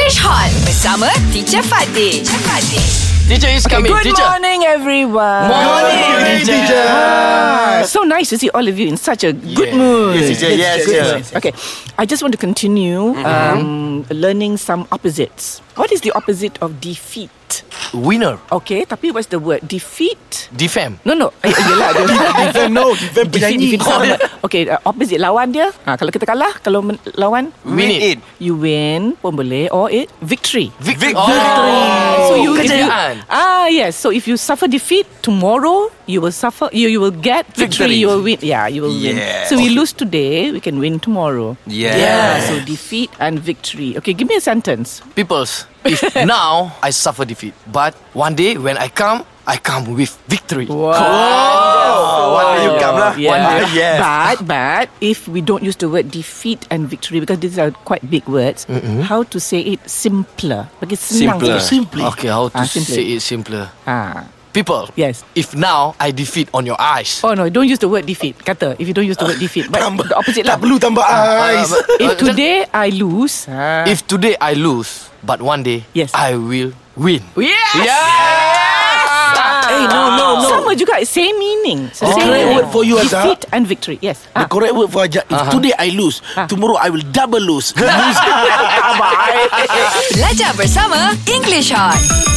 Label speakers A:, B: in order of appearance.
A: Fresh Hot bersama Teacher Fatih. Teacher Fatih.
B: Teacher is coming.
C: Good
B: Eh, teacher.
C: morning, everyone.
B: Morning, teacher.
C: Ah, so nice to see all of you in such a good
B: Yeah.
C: mood.
D: Yes, teacher. Yes,
C: Good
D: teacher.
C: mood. Okay, I just want to continue um, learning some opposites. What is the opposite of defeat?
B: Winner.
C: Okay, tapi what's the word? Defeat.
B: Defam.
C: No no eh, eh, Yelah dia
D: Even no Even
C: Defeat, defeat sama. Okay uh, Opposite lawan dia ah, Kalau kita kalah Kalau men- lawan
B: Win it.
C: You win pun boleh Or it Victory
B: Victory.
D: Oh,
B: Oh,
C: So you, if you
B: Kejayaan.
C: ah yes. So if you suffer defeat tomorrow, you will suffer. You you will get victory.
B: Victory.
C: You will win. Yeah, you will win.
D: Yes.
C: So we lose today, we can win tomorrow.
D: Yes.
C: So defeat and victory. Okay, give me a sentence.
B: Peoples. If now I suffer defeat, but one day when I come, I come with victory.
D: Oh One day you come lah
C: Yeah.
D: One day Yes
C: But but if we don't use the word defeat and victory because these are quite big words, how to say it simpler? Bagi senang.
D: Simpler.
B: Simply. Okay, how to
C: Ah, simply.
B: say it simpler?
C: Ah.
B: People.
C: Yes.
B: If now I defeat on your eyes.
C: Oh no, don't use the word defeat. Kata if you don't use the word defeat, but the opposite
D: Tak
C: lah.
D: perlu tambah ais
B: Uh,
C: Oh, If
B: uh, just-
C: today I lose, ah.
B: if today I lose, but one day
C: Yes.
B: I will win.
C: Yes.
D: Eh no no no
C: Ah. Sama juga Same meaning so
D: The
C: same
D: correct
C: meaning.
D: word Oh, for you, Azhar.
C: Defeat and victory Yes
D: The
C: ah.
D: correct word for ajak If today I lose Tomorrow I will double lose
A: Belajar bersama English Hot.